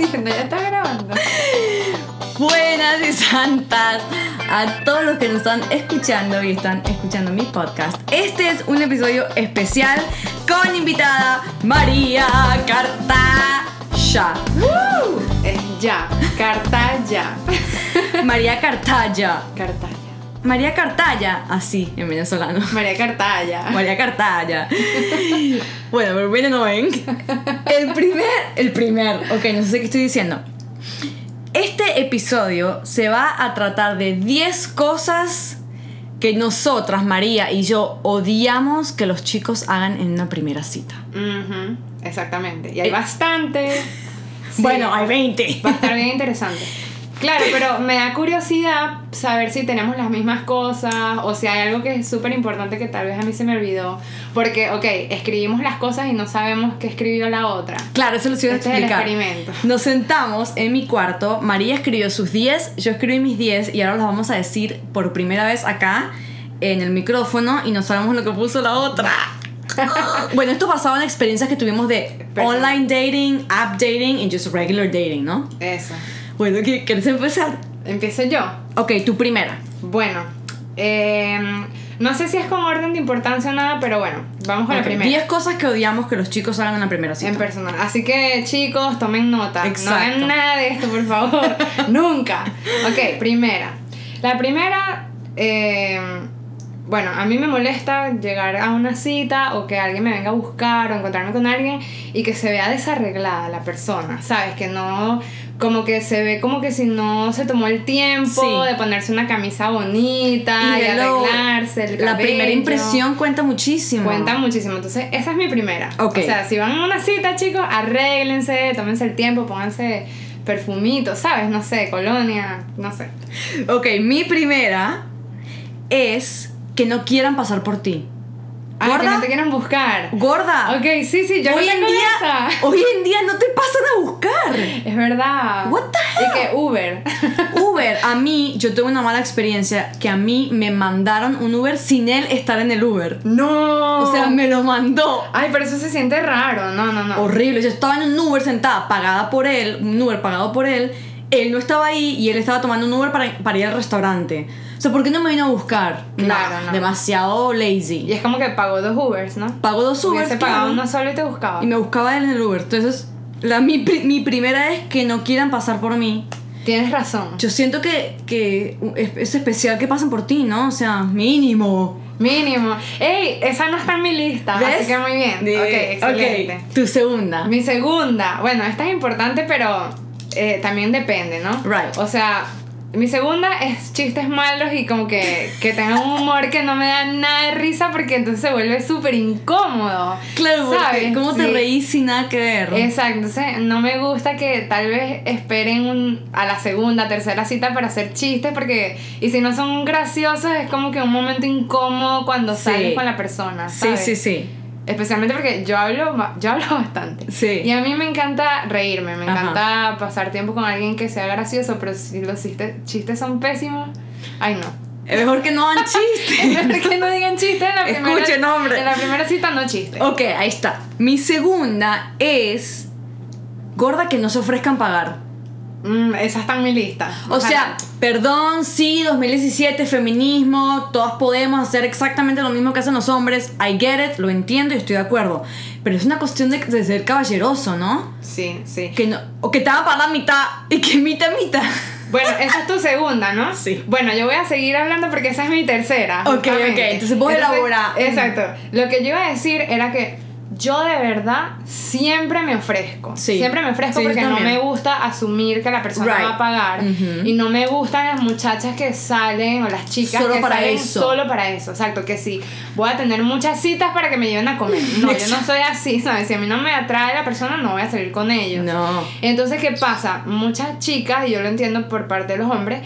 haciendo? Ya está grabando. Buenas y santas a todos los que nos están escuchando y están escuchando mi podcast. Este es un episodio especial con invitada María Cartaya. Es Eh, ya. Cartaya. María Cartaya. Cartaya. María Cartaya, así en venezolano. María Cartaya. María Cartaya. Bueno, pero bueno, no ven. El primer, el primer, ok, no sé qué estoy diciendo. Este episodio se va a tratar de 10 cosas que nosotras, María y yo, odiamos que los chicos hagan en una primera cita. Ujú, Exactamente. Y hay bastante. Eh, Sí. Bueno, hay 20. Va a estar bien interesante. Claro, pero me da curiosidad saber si tenemos las mismas cosas o si hay algo que es súper importante que tal vez a mí se me olvidó. Porque, ok, escribimos las cosas y no sabemos qué escribió la otra. Claro, eso lo iba a Este es el explicar. experimento. Nos sentamos en mi cuarto, María escribió sus 10, yo escribí mis 10 y ahora los vamos a decir por primera vez acá en el micrófono y no sabemos lo que puso la otra. bueno, esto basado en experiencias que tuvimos de Personal. online dating, app dating y just regular dating, ¿no? Eso. Bueno, ¿qué- ¿quieres empezar? Empiezo yo. Ok, tu primera. Bueno, em, no sé si es con orden de importancia o nada, pero bueno, vamos con Ok, la primera. 10 cosas que odiamos que los chicos hagan en la primera En cita. personal. Así que chicos, tomen nota. Exacto. No hagan nada de esto, por favor. Nunca. Ok, primera. La primera, eh, bueno, a mí me molesta llegar a una cita o que alguien me venga a buscar o encontrarme con alguien y que se vea desarreglada la persona, ¿sabes? Que no, como que se ve como que si no se tomó el tiempo Sí. de ponerse una camisa bonita y, de lo- arreglarse. El la primera cabello. impresión cuenta muchísimo. Cuenta muchísimo. Entonces, esa es mi primera. Ok. O sea, si van a una cita, chicos, arréglense, tómense el tiempo, pónganse perfumito, ¿sabes? No sé, colonia, no sé. Ok, mi primera es que no quieran pasar por ti. Ah, que ¿Gorda? no te quieran buscar. Gorda. Ok, sí, sí, yo no hoy en tengo día, esa. hoy en día no te pasan a buscar. Es verdad. What the Y que Uber. Uber, a mí, yo tuve una mala experiencia que a mí me mandaron un Uber sin él estar en el Uber. no. O sea, me lo mandó. Ay, pero eso se siente raro. No, no, no. Horrible. Yo estaba en un Uber sentada, pagada por él, un Uber pagado por él. Él no estaba ahí y él estaba tomando un Uber para, para ir al restaurante. O sea, ¿por qué no me vino a buscar? Claro, Nah, no. Demasiado Y lazy. es como que pagó dos Ubers, ¿no? Pagó dos Ubers. Hubiese claro. pagado uno solo y te buscaba. y me buscaba él en el Uber. Entonces, la, mi, pri- mi primera es que no quieran pasar por mí. Tienes razón. Yo siento que, que es, es especial que pasen por ti, ¿no? O sea, mínimo. Mínimo. Ey, esa no está en mi lista. Ah, Así ¿Ves? que muy bien. De- ok, excelente. ok, tu segunda. Mi segunda, bueno, esta es importante, pero eh, también depende, ¿no? Right. O sea, mi segunda es chistes malos y como que, que tengan un humor que no me da nada de risa porque entonces se vuelve súper incómodo. Claro, porque ¿sabes? ¿cómo te Sí. reís sin nada que ver? Exacto, entonces no me gusta que tal vez esperen un- a la segunda, tercera cita para hacer chistes porque, y si no son graciosos, es como que un momento incómodo cuando Sí. sales con la persona. sí, ¿sabes? sí, sí. Especialmente porque yo hablo, ba- yo hablo bastante. Sí. Y a mí me encanta reírme, me Ajá. encanta pasar tiempo con alguien que sea gracioso, pero si los chiste- chistes son pésimos, ay no. Es mejor que no hagan chistes. Es que no digan chistes en la primera Escuchen, hombre. En la primera cita no chistes. ok, ahí está. Mi segunda es. Gorda que no se ofrezcan pagar. Mm, esa está en mi lista. O sea, perdón, sí, 2017, feminismo, todas podemos hacer exactamente lo mismo que hacen los hombres. I get it, lo entiendo y estoy de acuerdo. Pero es una cuestión de, de ser caballeroso, ¿no? Sí, sí. Que no, o que te van a pagar la mitad y que mitad, mitad. Bueno, esa es tu segunda, ¿no? Sí. Bueno, yo voy a seguir hablando porque esa es mi tercera. Ok, justamente. ok, entonces vos elabora. Exacto. Lo que yo iba a decir era que yo de verdad siempre me ofrezco. Sí. Siempre me ofrezco Sí, yo porque no también. me gusta asumir que la persona Right. va a pagar. Ujú. Y no me gustan las muchachas que salen o las chicas Solo que para salen eso. solo para eso. Exacto, que sí. Voy a tener muchas citas para que me lleven a comer. No, yo no Exacto. soy así, ¿sabes? Si a mí no me atrae la persona, no voy a salir con ellos. No. Entonces, ¿qué pasa? Muchas chicas, y yo lo entiendo por parte de los hombres,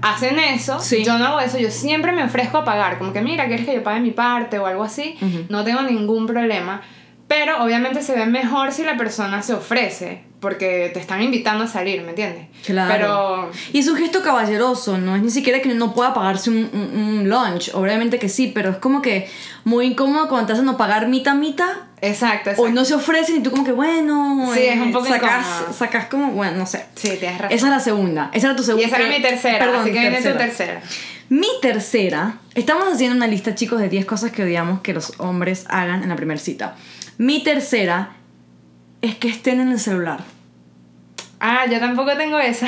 hacen eso. Sí. Yo no hago eso, yo siempre me ofrezco a pagar. Como que, mira, ¿quieres que yo pague mi parte o algo así? Ujú. No tengo ningún problema. Pero obviamente se ve mejor si la persona se ofrece, porque te están invitando a salir, ¿me entiendes? Claro. Pero Y es un gesto caballeroso, ¿no? Es ni siquiera que no pueda pagarse un, un- un lunch. Obviamente que sí, pero es como que muy incómodo cuando te hacen no pagar mitad, mitad. exacto, exacto. O no se ofrecen y tú como que, bueno... Sí, es un poco sacas, incómodo. sacas como, bueno, no sé. Sí, tienes razón. Esa era la segunda. Esa era tu y segunda. esa era mi tercera, Perdón, así que viene tu tercera. tercera. Mi tercera, estamos haciendo una lista, chicos, de 10 cosas que odiamos que los hombres hagan en la primera cita. Mi tercera es que estén en el celular. Ah, yo tampoco tengo esa.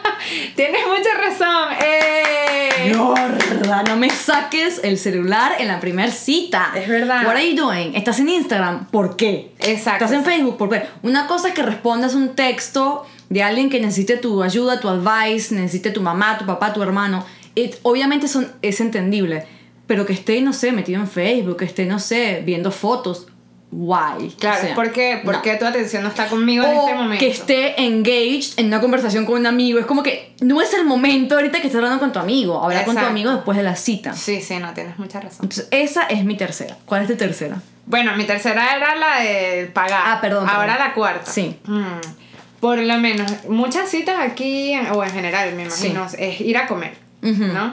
tienes mucha razón. ¡Eh! ¡Mierda! No me saques el celular en la primera cita. Es verdad. What are you doing? ¿Estás en Instagram? ¿Por qué? Exacto. Estás en Facebook, ¿por qué? Una cosa es que respondas un texto de alguien que necesite tu ayuda, tu advice, necesite tu mamá, tu papá, tu hermano. It- obviamente son, es entendible, pero que esté, no sé, metido en Facebook, que esté, no sé, viendo fotos. Why? Claro, O sea, ¿por qué? ¿Por no. qué tu atención no está conmigo en O este momento? que esté engaged en una conversación con un amigo. Es como que no es el momento ahorita que estás hablando con tu amigo. Habla con tu Exacto. amigo después de la cita. Sí, sí, no, tienes mucha razón. Entonces, esa es mi tercera. ¿Cuál es tu tercera? Bueno, mi tercera era la de pagar. Ah, perdón, perdón. Ahora la cuarta. Sí. Mm, por lo menos, muchas citas aquí, en- o en general, me imagino, es ir a comer, Ujú. ¿no?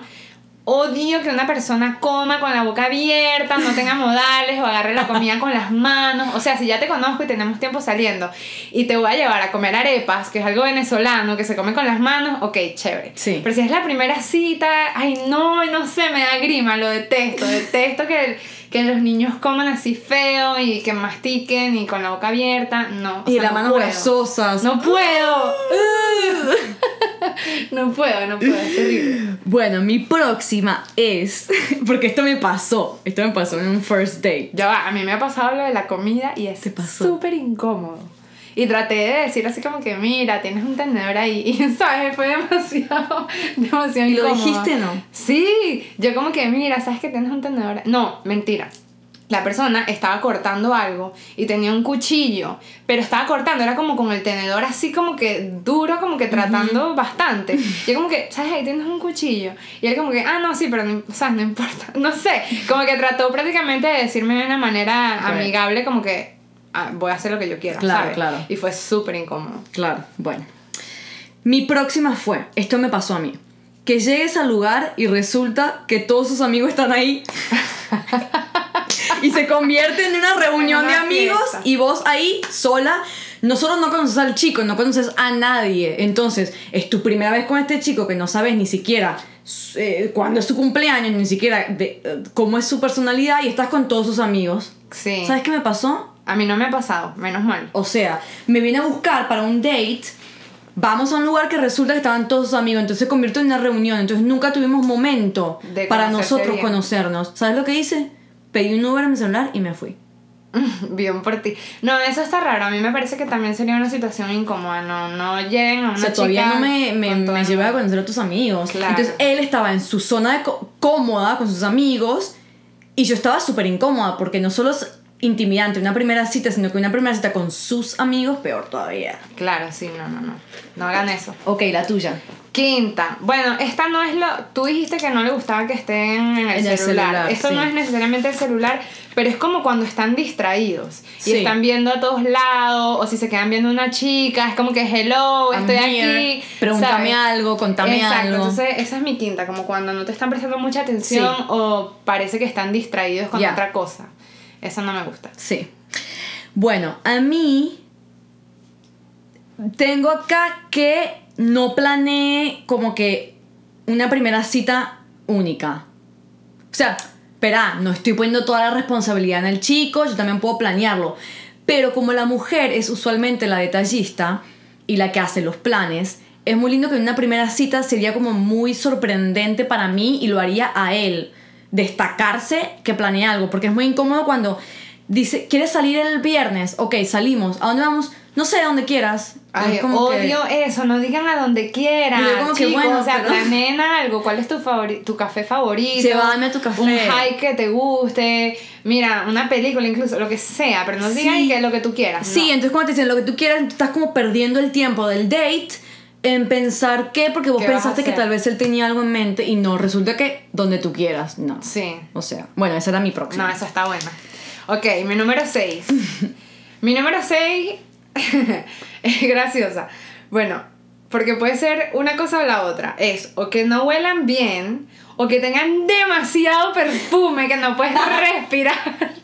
Odio que una persona coma con la boca abierta, no tenga modales o agarre la comida con las manos. O sea, si ya te conozco y tenemos tiempo saliendo y te voy a llevar a comer arepas, que es algo venezolano, que se come con las manos, ok, chévere. Sí. Pero si es la primera cita, ay no, no sé, me da grima, lo detesto, detesto que, que los niños coman así feo y que mastiquen y con la boca abierta, no. o Y sea, las no manos puedo. grasosas. No puedo. no puedo, no puedo, es terrible. Bueno, mi próxima es. Porque esto me pasó. Esto me pasó en un first date. Ya va, a mí me ha pasado lo de la comida y es ¿Te pasó? súper incómodo. Y traté de decir así como que, mira, tienes un tenedor ahí. Y, ¿sabes? Fue demasiado, demasiado ¿Y lo incómodo. dijiste no? Sí, yo como que, mira, ¿sabes que tienes un tenedor? No, mentira. La persona estaba cortando algo y tenía un cuchillo, pero estaba cortando, era como con el tenedor así como que duro, como que tratando bastante. Yo como que, ¿sabes? Ahí tienes un cuchillo. Y él como que, ah, no, sí, pero no, o sea, no importa. No sé, como que trató prácticamente de decirme de una manera Right. amigable, como que "Ah, voy a hacer lo que yo quiera. Claro, ¿sabes? claro. Y fue súper incómodo. Claro, bueno. Mi próxima fue, esto me pasó a mí, que llegues al lugar y resulta que todos sus amigos están ahí. y se convierte en una reunión En de una amigos fiesta. y vos ahí sola. No solo no conoces al chico, no conoces a nadie. Entonces, es tu primera vez con este chico que no sabes ni siquiera eh, cuándo es su cumpleaños, ni siquiera de, eh, cómo es su personalidad y estás con todos sus amigos. Sí. ¿Sabes qué me pasó? A mí no me ha pasado, menos mal. O sea, me viene a buscar para un date. Vamos a un lugar que resulta que estaban todos sus amigos, entonces se convirtió en una reunión, entonces nunca tuvimos momento De para conocerse nosotros bien. conocernos. ¿Sabes lo que hice? Pedí un Uber en mi celular y me fui. Bien por ti. No, eso está raro. A mí me parece que también sería una situación incómoda. No, no lleguen a una o sea, todavía chica no me, me, con todo me el llevé a mundo. conocer a tus amigos. Claro. Entonces él estaba en su zona de co- cómoda con sus amigos y yo estaba súper incómoda porque no solo es intimidante una primera cita, sino que una primera cita con sus amigos, peor todavía. Claro, sí, no, no, no. No hagan eso. Ok, la tuya. Quinta. Bueno, esta no es lo. Tú dijiste que no le gustaba que estén en el En el celular. celular, Esto sí. no es necesariamente el celular, pero es como cuando están distraídos y Sí. están viendo a todos lados, o si se quedan viendo a una chica, es como que hello, I'm estoy here. aquí. Pregúntame ¿sabes? algo, contame Exacto, algo. entonces esa es mi quinta, como cuando no te están prestando mucha atención Sí. o parece que están distraídos con Ya. otra cosa. Eso no me gusta. Sí. Bueno, a mí tengo acá que no planeé como que una primera cita única. O sea, espera, no estoy poniendo toda la responsabilidad en el chico, yo también puedo planearlo. Pero como la mujer es usualmente la detallista y la que hace los planes, es muy lindo que en una primera cita sería como muy sorprendente para mí y lo haría a él. Destacarse que planee algo, porque es muy incómodo cuando dice, ¿quieres salir el viernes? Ok, salimos. ¿A dónde vamos? No sé, a donde quieras. Ay, Ah, Es como que- odio eso, no digan a donde quieran. Y yo como que, chicos, bueno, o sea, pero- planeen algo. ¿Cuál es tu, favori- tu café favorito? Llévame a tu café. Un hike que te guste. Mira, una película incluso, lo que sea, pero no Sí. digan que lo que tú quieras. Sí, entonces cuando te dicen lo que tú quieras, tú estás como perdiendo el tiempo del date en pensar qué, porque vos ¿Qué vas a pensaste que hacer? tal vez él tenía algo en mente y no, resulta que donde tú quieras, no. No. Sí. O sea, bueno, esa era mi próxima. No, eso está buena. Ok, mi número 6. mi número 6 es graciosa. Bueno, porque puede ser una cosa o la otra. Es o que no huelan bien o que tengan demasiado perfume que no puedes respirar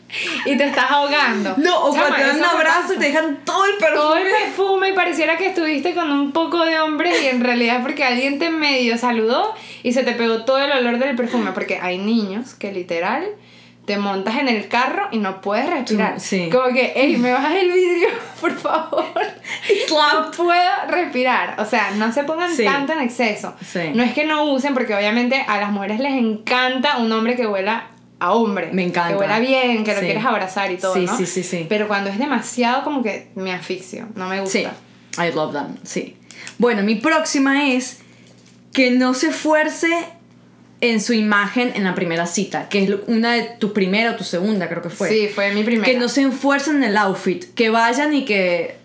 y te estás ahogando. No, o Chama, cuando te dan eso un me abrazo pasa. y te dejan todo el perfume. Todo el perfume y pareciera que estuviste con un poco de hombres y en realidad es porque alguien te medio saludó y se te pegó todo el olor del perfume. Porque hay niños que literal te montas en el carro y no puedes respirar. sí. Como que, hey, me bajas el vidrio, por favor. No puedo respirar. O sea, no se pongan Sí. tanto en exceso. Sí. No es que no usen, porque obviamente a las mujeres les encanta un hombre que huela a hombre. Me encanta. Que huela bien, que lo Sí. quieres abrazar y todo. Sí, ¿no? sí, sí, sí. Pero cuando es demasiado, como que me asfixio, no me gusta. Sí, I love them, sí. Bueno, mi próxima es que no se esfuerce en su imagen en la primera cita, que es lo- una de tu primera o tu segunda, creo que fue. Sí, fue mi primera. Que no se esfuercen en el outfit, que vayan y que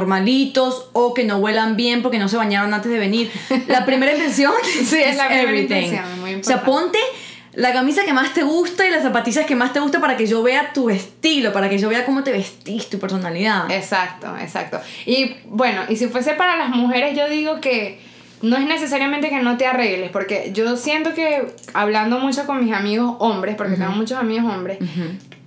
normalitos o que no huelan bien porque no se bañaron antes de venir. La primera intención Sí, es la primera everything. intención, es muy O sea, importante. ponte la camisa que más te gusta y las zapatillas que más te gusta para que yo vea tu estilo, para que yo vea cómo te vestís, tu personalidad. Exacto, exacto. Y bueno, y si fuese para las mujeres, yo digo que no es necesariamente que no te arregles, porque yo siento que hablando mucho con mis amigos hombres, porque tengo muchos amigos hombres,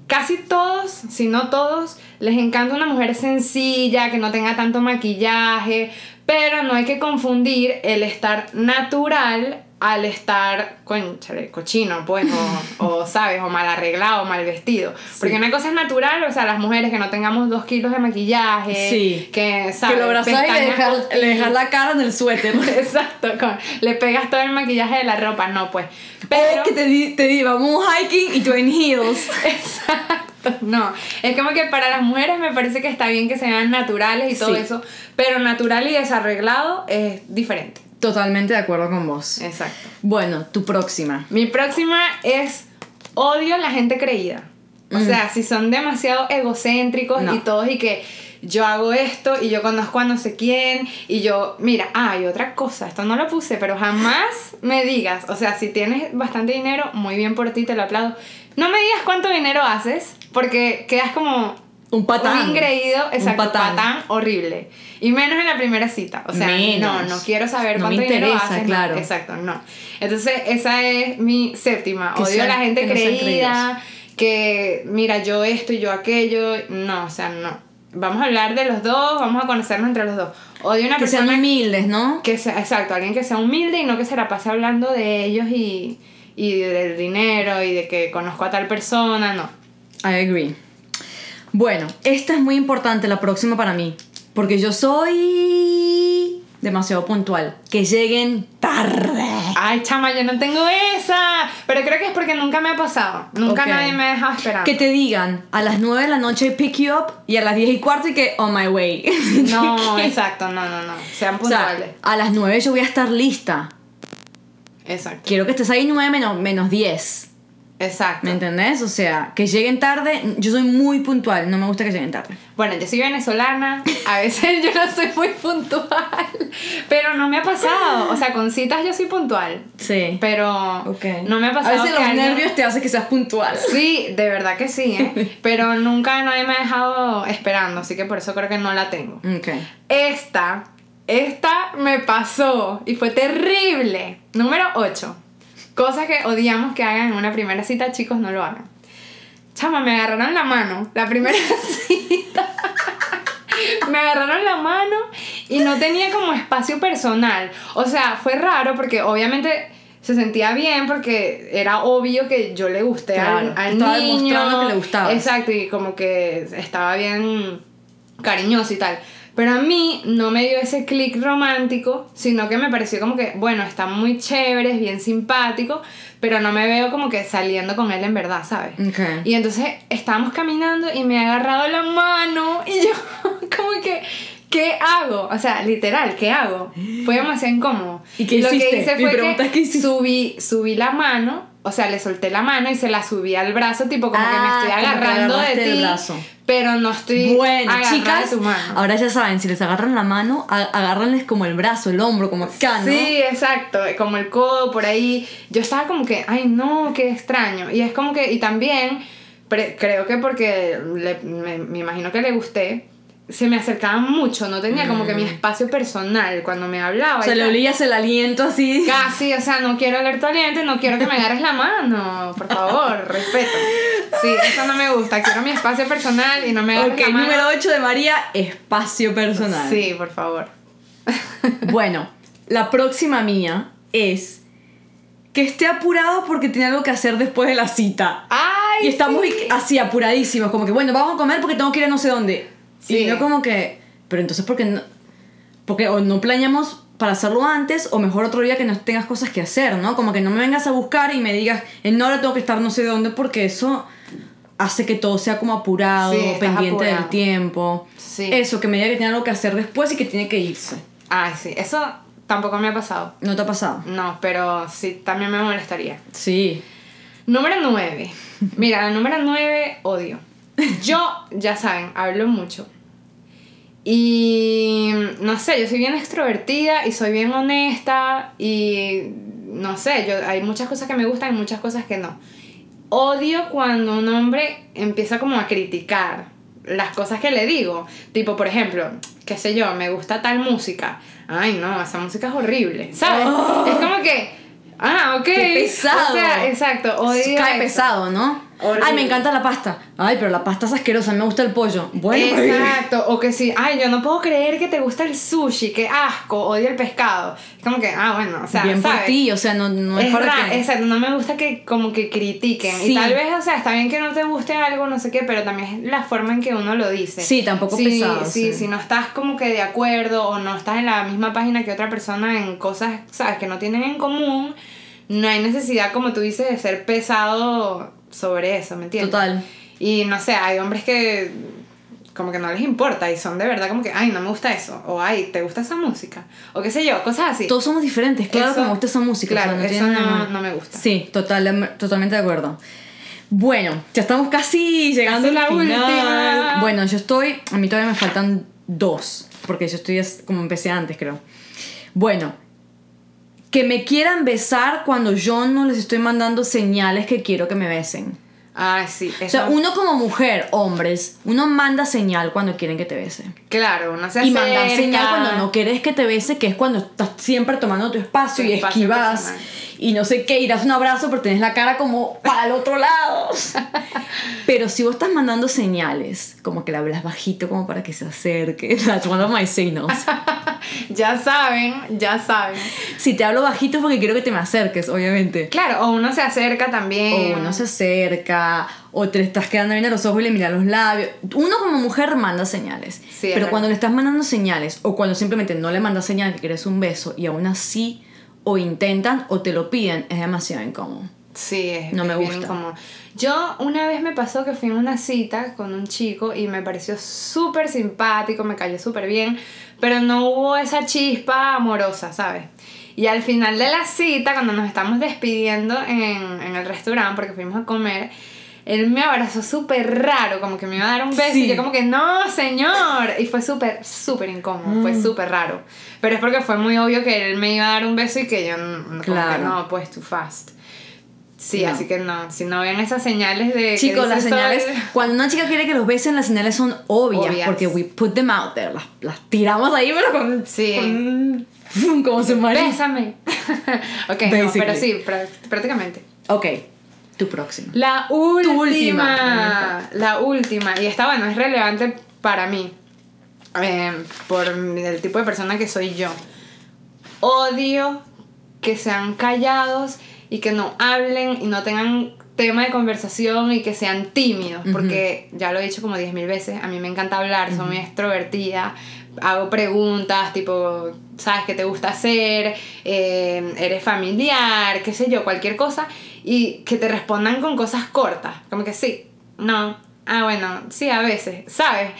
casi todos, si no todos, les encanta una mujer sencilla, que no tenga tanto maquillaje, pero no hay que confundir el estar natural al estar conchale, cochino, pues, o, o, sabes, o mal arreglado, o mal vestido. Porque una cosa es natural, o sea, las mujeres que no tengamos dos kilos de maquillaje, Sí. que sabes, que lo abrazas y le pestañas dejas, cortitas. le dejas la cara en el suéter. Exacto, con- le pegas todo el maquillaje de la ropa, no pues. Pero que te di, te di, vamos hiking y tú en heels. Exacto, no. Es como que para las mujeres me parece que está bien que se vean naturales y todo Sí. eso, pero natural y desarreglado es diferente. Totalmente de acuerdo con vos. Exacto. Bueno, tu próxima. Mi próxima es odio a la gente creída. O sea, si son demasiado egocéntricos Mm. No. y todos y que yo hago esto y yo conozco a no sé quién y yo, mira, ah, y otra cosa, esto no lo puse, pero jamás me digas, o sea, si tienes bastante dinero, muy bien por ti, te lo aplaudo. No me digas cuánto dinero haces porque quedas como Un patán. un ingreído, Un exacto, patán. patán. horrible. Y menos en la primera cita. O sea, Menos. no, no quiero saber No me cuánto dinero interesa, haces, no, claro. exacto, no. Entonces, esa es mi séptima. Que Odio a la sean- gente que no sean creída, que mira, yo esto y yo aquello. No, o sea, no. Vamos a hablar de los dos, vamos a conocernos entre los dos. Odio a una Que sean persona humildes, ¿no? que sea, exacto, alguien que sea humilde y no que se la pase hablando de ellos y, y del dinero y de que conozco a tal persona, no. I agree. Bueno, esta es muy importante, la próxima para mí. Porque yo soy demasiado puntual. Que lleguen tarde. Ay, chama, yo no tengo esa. Pero creo que es porque nunca me ha pasado. Nunca Ok. nadie me ha dejado esperando. Que te digan a las 9 de la noche pick you up y a las 10 y cuarto y que on my way. No, exacto, no, no, no. Sean O sea, puntuales. a las 9 yo voy a estar lista. exacto. Quiero que estés ahí 9 menos, menos 10. Exacto. ¿Me entendés? O sea, que lleguen tarde. Yo soy muy puntual. No me gusta que lleguen tarde. Bueno, yo soy venezolana, a veces yo no soy muy puntual, pero no me ha pasado. O sea, con citas yo soy puntual, Sí. pero Ok. no me ha pasado. A veces que los alguien- nervios te hacen que seas puntual. Sí, de verdad que sí, ¿eh? pero nunca nadie me ha dejado esperando, así que por eso creo que no la tengo. Ok. Esta, esta me pasó y fue terrible. Número 8. Cosas que odiamos que hagan en una primera cita, chicos, no lo hagan. Chama, me agarraron la mano. La primera cita. Me agarraron la mano y no tenía como espacio personal. O sea, fue raro porque obviamente se sentía bien porque era obvio que yo le gusté al- Claro, al, estaba niño. demostrando que le gustabas. Exacto, y como que estaba bien cariñoso y tal. Pero a mí no me dio ese click romántico, sino que me pareció como que, bueno, está muy chévere, es bien simpático, pero no me veo como que saliendo con él en verdad, ¿sabes? Ok. Y entonces estábamos caminando y me ha agarrado la mano y yo como que, ¿qué hago? O sea, literal, ¿qué hago? Fue demasiado incómodo. ¿Y qué lo hiciste? que hice Mi fue pregunta que es, ¿qué hiciste? subí, subí la mano, o sea, le solté la mano y se la subí al brazo, tipo como Ah, que me como estoy que agarrando de agarraste el ti. brazo. Pero no estoy Bueno, agarrada chicas, de tu mano. ahora ya saben, si les agarran la mano, a- agárranles como el brazo, el hombro, como acá, ¿no? Sí, exacto, como el codo por ahí. Yo estaba como que, ay no, qué extraño. Y es como que, y también pre- creo que porque le- me, me imagino que le gusté, se me acercaban mucho, no tenía como Mm. que mi espacio personal cuando me hablaba. O y sea, le tal. olías el aliento así. Casi, o sea, no quiero oler tu aliento, no quiero que me agarres la mano, por favor, respeto. Sí, eso no me gusta, quiero mi espacio personal y no me agarres Ok, la mano. número 8 de María, espacio personal. Sí, por favor. Bueno, la próxima mía es que esté apurado porque tiene algo que hacer después de la cita. Ay, y estamos sí. así apuradísimos, como que bueno, vamos a comer porque tengo que ir a no sé dónde. Sí. Y no como que, pero entonces porque no porque o no planeamos para hacerlo antes o mejor otro día que no tengas cosas que hacer, ¿no? Como que no me vengas a buscar y me digas, en hora tengo que estar no sé dónde porque eso hace que todo sea como apurado, Sí, estás pendiente apurado. del tiempo. Sí. Eso, que me diga que tiene algo que hacer después y que tiene que irse. Ay, sí, eso tampoco me ha pasado. ¿No te ha pasado? No, pero sí, también me molestaría. Sí. Número 9. Mira, la número 9, odio. Yo, ya saben, hablo mucho. Y no sé, yo soy bien extrovertida y soy bien honesta y no sé, yo, hay muchas cosas que me gustan y muchas cosas que no. Odio cuando un hombre empieza como a criticar las cosas que le digo. Tipo, por ejemplo, qué sé yo, me gusta tal música. Ay, no, esa música es horrible. ¿Sabes? Es como que... Ah, ok. Oh. Qué pesado. O sea, exacto. Odio Cae Oh, eso. pesado, ¿no? Horrible. Ay, me encanta la pasta. Ay, pero la pasta es asquerosa, me gusta el pollo. Bueno, Exacto, o que sí, ay, yo no puedo creer que te gusta el sushi, qué asco, odio el pescado. Es como que, ah, bueno, o sea, bien por ¿sabes? ti, o sea, no, no es, es para ra- que... exacto, no me gusta que como que critiquen. Sí. Y tal vez, o sea, está bien que no te guste algo, no sé qué, pero también es la forma en que uno lo dice. Sí, tampoco si, pesado, Sí, sí. si no estás como que de acuerdo o no estás en la misma página que otra persona en cosas, sabes, que no tienen en común, no hay necesidad, como tú dices, de ser pesado sobre eso, ¿me entiendes? Total. Y no sé, hay hombres que como que no les importa y son de verdad como que, ay, no me gusta eso, o ay, ¿te gusta esa música? O qué sé yo, cosas así. Todos somos diferentes, claro Eso- que me gusta esa música. claro, o sea, no eso tiene nada no- mal. no me gusta. Sí, total, totalmente de acuerdo. Bueno, ya estamos casi llegando Casi al la final. última. Bueno, yo estoy, a mí todavía me faltan dos, porque yo estoy es- como empecé antes, creo. Bueno, que me quieran besar cuando yo no les estoy mandando señales que quiero que me besen. Ay, sí, eso. O sea, uno como mujer, hombres, uno manda señal cuando quieren que te bese. Claro, no se Y mandar acerca. señal cuando no quieres que te bese, que es cuando estás siempre tomando tu espacio Tu y espacio esquivas. personal. Y no sé qué, irás un abrazo, pero tenés la cara como para el otro lado. pero si vos estás mandando señales, como que le hablas bajito como para que se acerque. That's one of my signals. Ya saben, ya saben. si te hablo bajito es porque quiero que te me acerques, obviamente. Claro, o uno se acerca también. O uno se acerca, o te le estás quedando bien a los ojos y le miras los labios. Uno como mujer manda señales. Sí, es pero verdad. cuando le estás mandando señales, o cuando simplemente no le mandas señal que quieres un beso, y aún así, o intentan o te lo piden, es demasiado incómodo. Sí, es No me es bien gusta. incómodo. Yo una vez me pasó que fui a una cita con un chico y me pareció súper simpático, me cayó súper bien, pero no hubo esa chispa amorosa, ¿sabes? Y al final de la cita, cuando nos estamos despidiendo en, en el restaurante, porque fuimos a comer, él me abrazó súper raro, como que me iba a dar un beso Sí. y yo como que, no, señor. Y fue súper, súper incómodo, Mm. fue súper raro. Pero es porque fue muy obvio que él me iba a dar un beso y que yo, n- como que Claro. no, pues too fast. Sí, No. así que no, si no ven esas señales de... que Chicos, dice las sol- señales, cuando una chica quiere que los besen, las señales son obvias, Obvias. porque we put them out there, las, las tiramos ahí, pero con... Sí. con- como se maneja. Bésame. ok, no, pero Basically. sí, prá- prácticamente. Ok, tu próxima. La última, La última. Y esta, bueno, es relevante para mí. eh, por el tipo de persona que soy yo. Odio que sean callados y que no hablen y no tengan tema de conversación y que sean tímidos. Porque ya lo he dicho como 10.000 veces, a mí me encanta hablar, soy muy extrovertida. Hago preguntas tipo, ¿sabes qué te gusta hacer? Eh, ¿Eres familiar? ¿Qué sé yo? Cualquier cosa. Y que te respondan con cosas cortas. Como que sí, no. Ah, bueno, sí, a veces. ¿Sabes?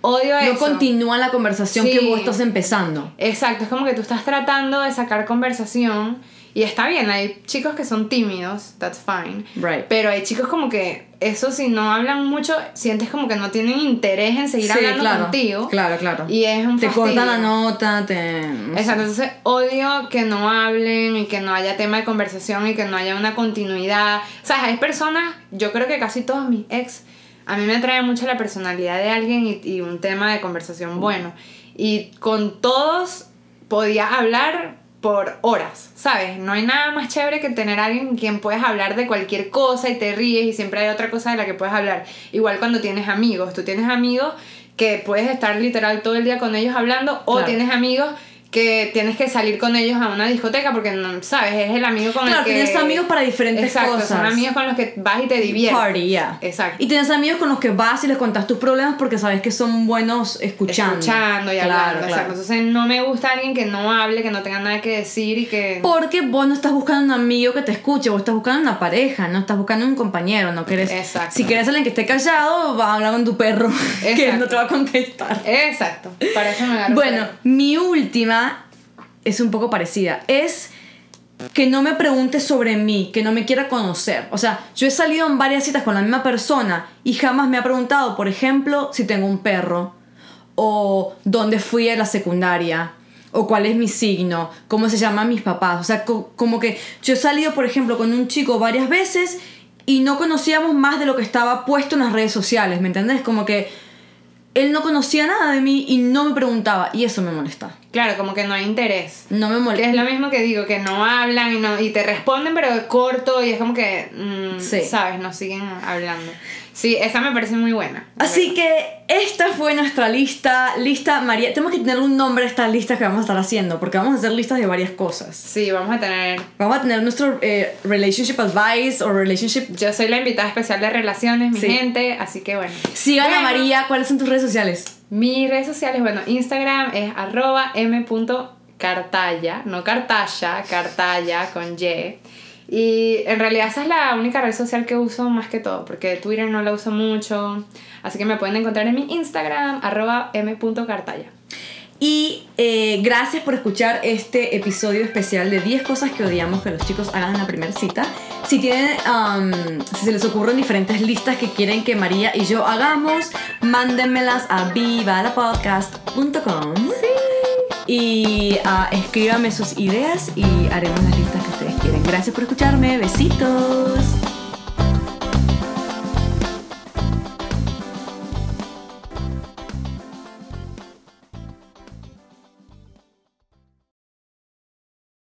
Odio No eso. continúa la conversación Sí. que vos estás empezando. Exacto, es como que tú estás tratando de sacar conversación Y está bien, hay chicos que son tímidos, that's fine. Right. Pero hay chicos como que, eso si no hablan mucho, sientes como que no tienen interés en seguir hablando claro, contigo. Claro, claro. Y es un te corta fastidio. la nota, te. no sé. Exacto, entonces odio que no hablen y que no haya tema de conversación y que no haya una continuidad. O sea, hay personas, yo creo que casi todos mis ex, a mí me atrae mucho la personalidad de alguien y, y un tema de conversación bueno. Y con todos podía hablar por horas, ¿sabes? No hay nada más chévere que tener a alguien con quien puedes hablar de cualquier cosa y te ríes y siempre hay otra cosa de la que puedes hablar. Igual cuando tienes amigos, tú tienes amigos que puedes estar literal todo el día con ellos hablando o Claro. tienes amigos que tienes que salir con ellos a una discoteca porque no sabes, es el amigo con Claro, el que tienes amigos para diferentes Exacto, cosas. son amigos con los que vas y te diviertes. Party, ya. Exacto. Y tienes amigos con los que vas y les contas tus problemas porque sabes que son buenos escuchando. escuchando y Claro, hablando, claro. exacto. Entonces no me gusta alguien que no hable, que no tenga nada que decir y que Porque vos no estás buscando un amigo que te escuche, vos estás buscando una pareja, no estás buscando un compañero, no querés. Exacto. Si quieres alguien que esté callado, vas a hablar con tu perro, que Exacto. no te va a contestar. Exacto, para eso me agarro Bueno, fuera. mi última es un poco parecida. Es que no me preguntes sobre mí, que no me quiera conocer. O sea, yo he salido en varias citas con la misma persona y jamás me ha preguntado, por ejemplo, si tengo un perro, o dónde fui a la secundaria, o cuál es mi signo, cómo se llaman mis papás. O sea, co- como que yo he salido, por ejemplo, con un chico varias veces y no conocíamos más de lo que estaba puesto en las redes sociales, ¿me entendés? Como que él no conocía nada de mí y no me preguntaba y eso me molesta. Claro, como que no hay interés. No me Que es molesta. lo mismo que digo, que no hablan y, no, y te responden, pero corto y es como que, mm, Sí. ¿sabes? No siguen hablando. Sí, esa me parece muy buena. la Así que esta fue nuestra lista, lista María. Tenemos que tenerle un nombre a estas listas que vamos a estar haciendo, porque vamos a hacer listas de varias cosas. Sí, vamos a tener. Vamos a tener nuestro eh, relationship advice o relationship. Yo soy la invitada especial de relaciones, mi Sí. gente, así que bueno. Sigan a Bueno. María, ¿cuáles son tus redes sociales? Mis redes sociales, bueno, Instagram es arroba m.cartaya, no cartaya, cartaya con Y. Y en realidad esa es la única red social que uso más que todo, porque Twitter no la uso mucho. Así que me pueden encontrar en mi Instagram, arroba m.cartaya. Y eh, gracias por escuchar este episodio especial de 10 cosas que odiamos que los chicos hagan en la primera cita. Si tienen, um, si se les ocurren diferentes listas que quieren que María y yo hagamos, mándenmelas a vivalapodcast.com. Y ah, escríbanme sus ideas y haremos las listas que ustedes quieren. Gracias por escucharme. Besitos.